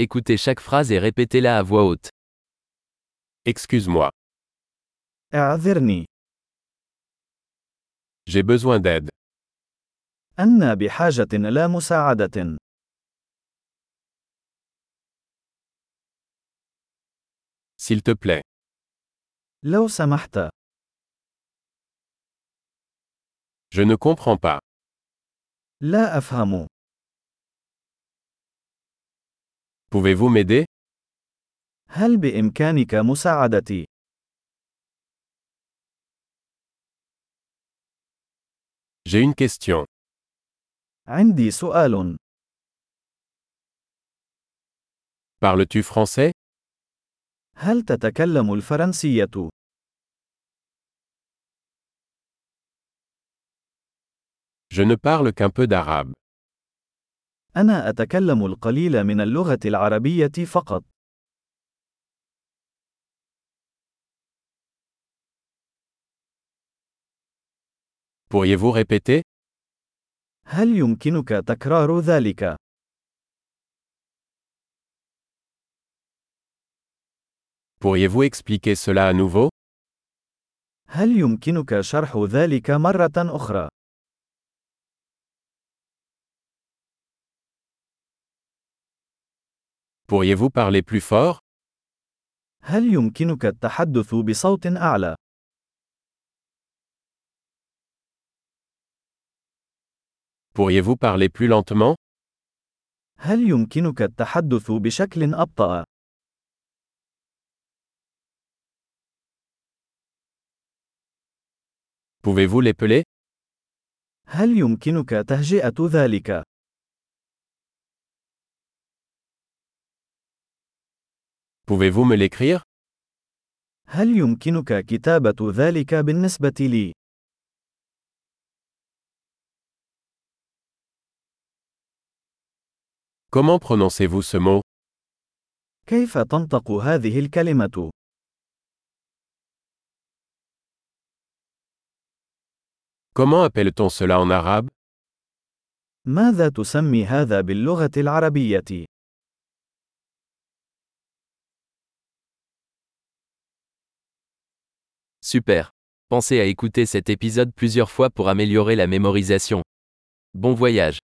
Écoutez chaque phrase et répétez-la à voix haute. Excuse-moi, اعذرني j'ai besoin d'aide. أنا بحاجة إلى مساعدة S'il te plaît, لو سمحت je ne comprends pas. لا أفهم Pouvez-vous m'aider هل بإمكانك مساعدتي J'ai une question. عندي سؤال Parles-tu français هل تتكلم الفرنسية Je ne parle qu'un peu d'arabe. أنا أتكلم القليل من اللغة العربية فقط Pourriez-vous répéter هل يمكنك تكرار ذلك Pourriez-vous expliquer cela à nouveau هل يمكنك شرح ذلك مرة أخرى Pourriez-vous parler plus fort هل يمكنك التحدث بصوت أعلى Pourriez-vous parler plus lentement هل يمكنك التحدث بشكل أبطأ Pouvez-vous l'épeler هل يمكنك تهجئة ذلك Pouvez-vous me l'écrire هل يمكنك كتابة ذلك بالنسبة لي؟ Comment prononcez-vous ce mot كيف تنطق هذه الكلمة؟ Comment appelle-t-on cela en arabe ماذا تسمي هذا باللغة العربية؟ Super. Pensez à écouter cet épisode plusieurs fois pour améliorer la mémorisation. Bon voyage.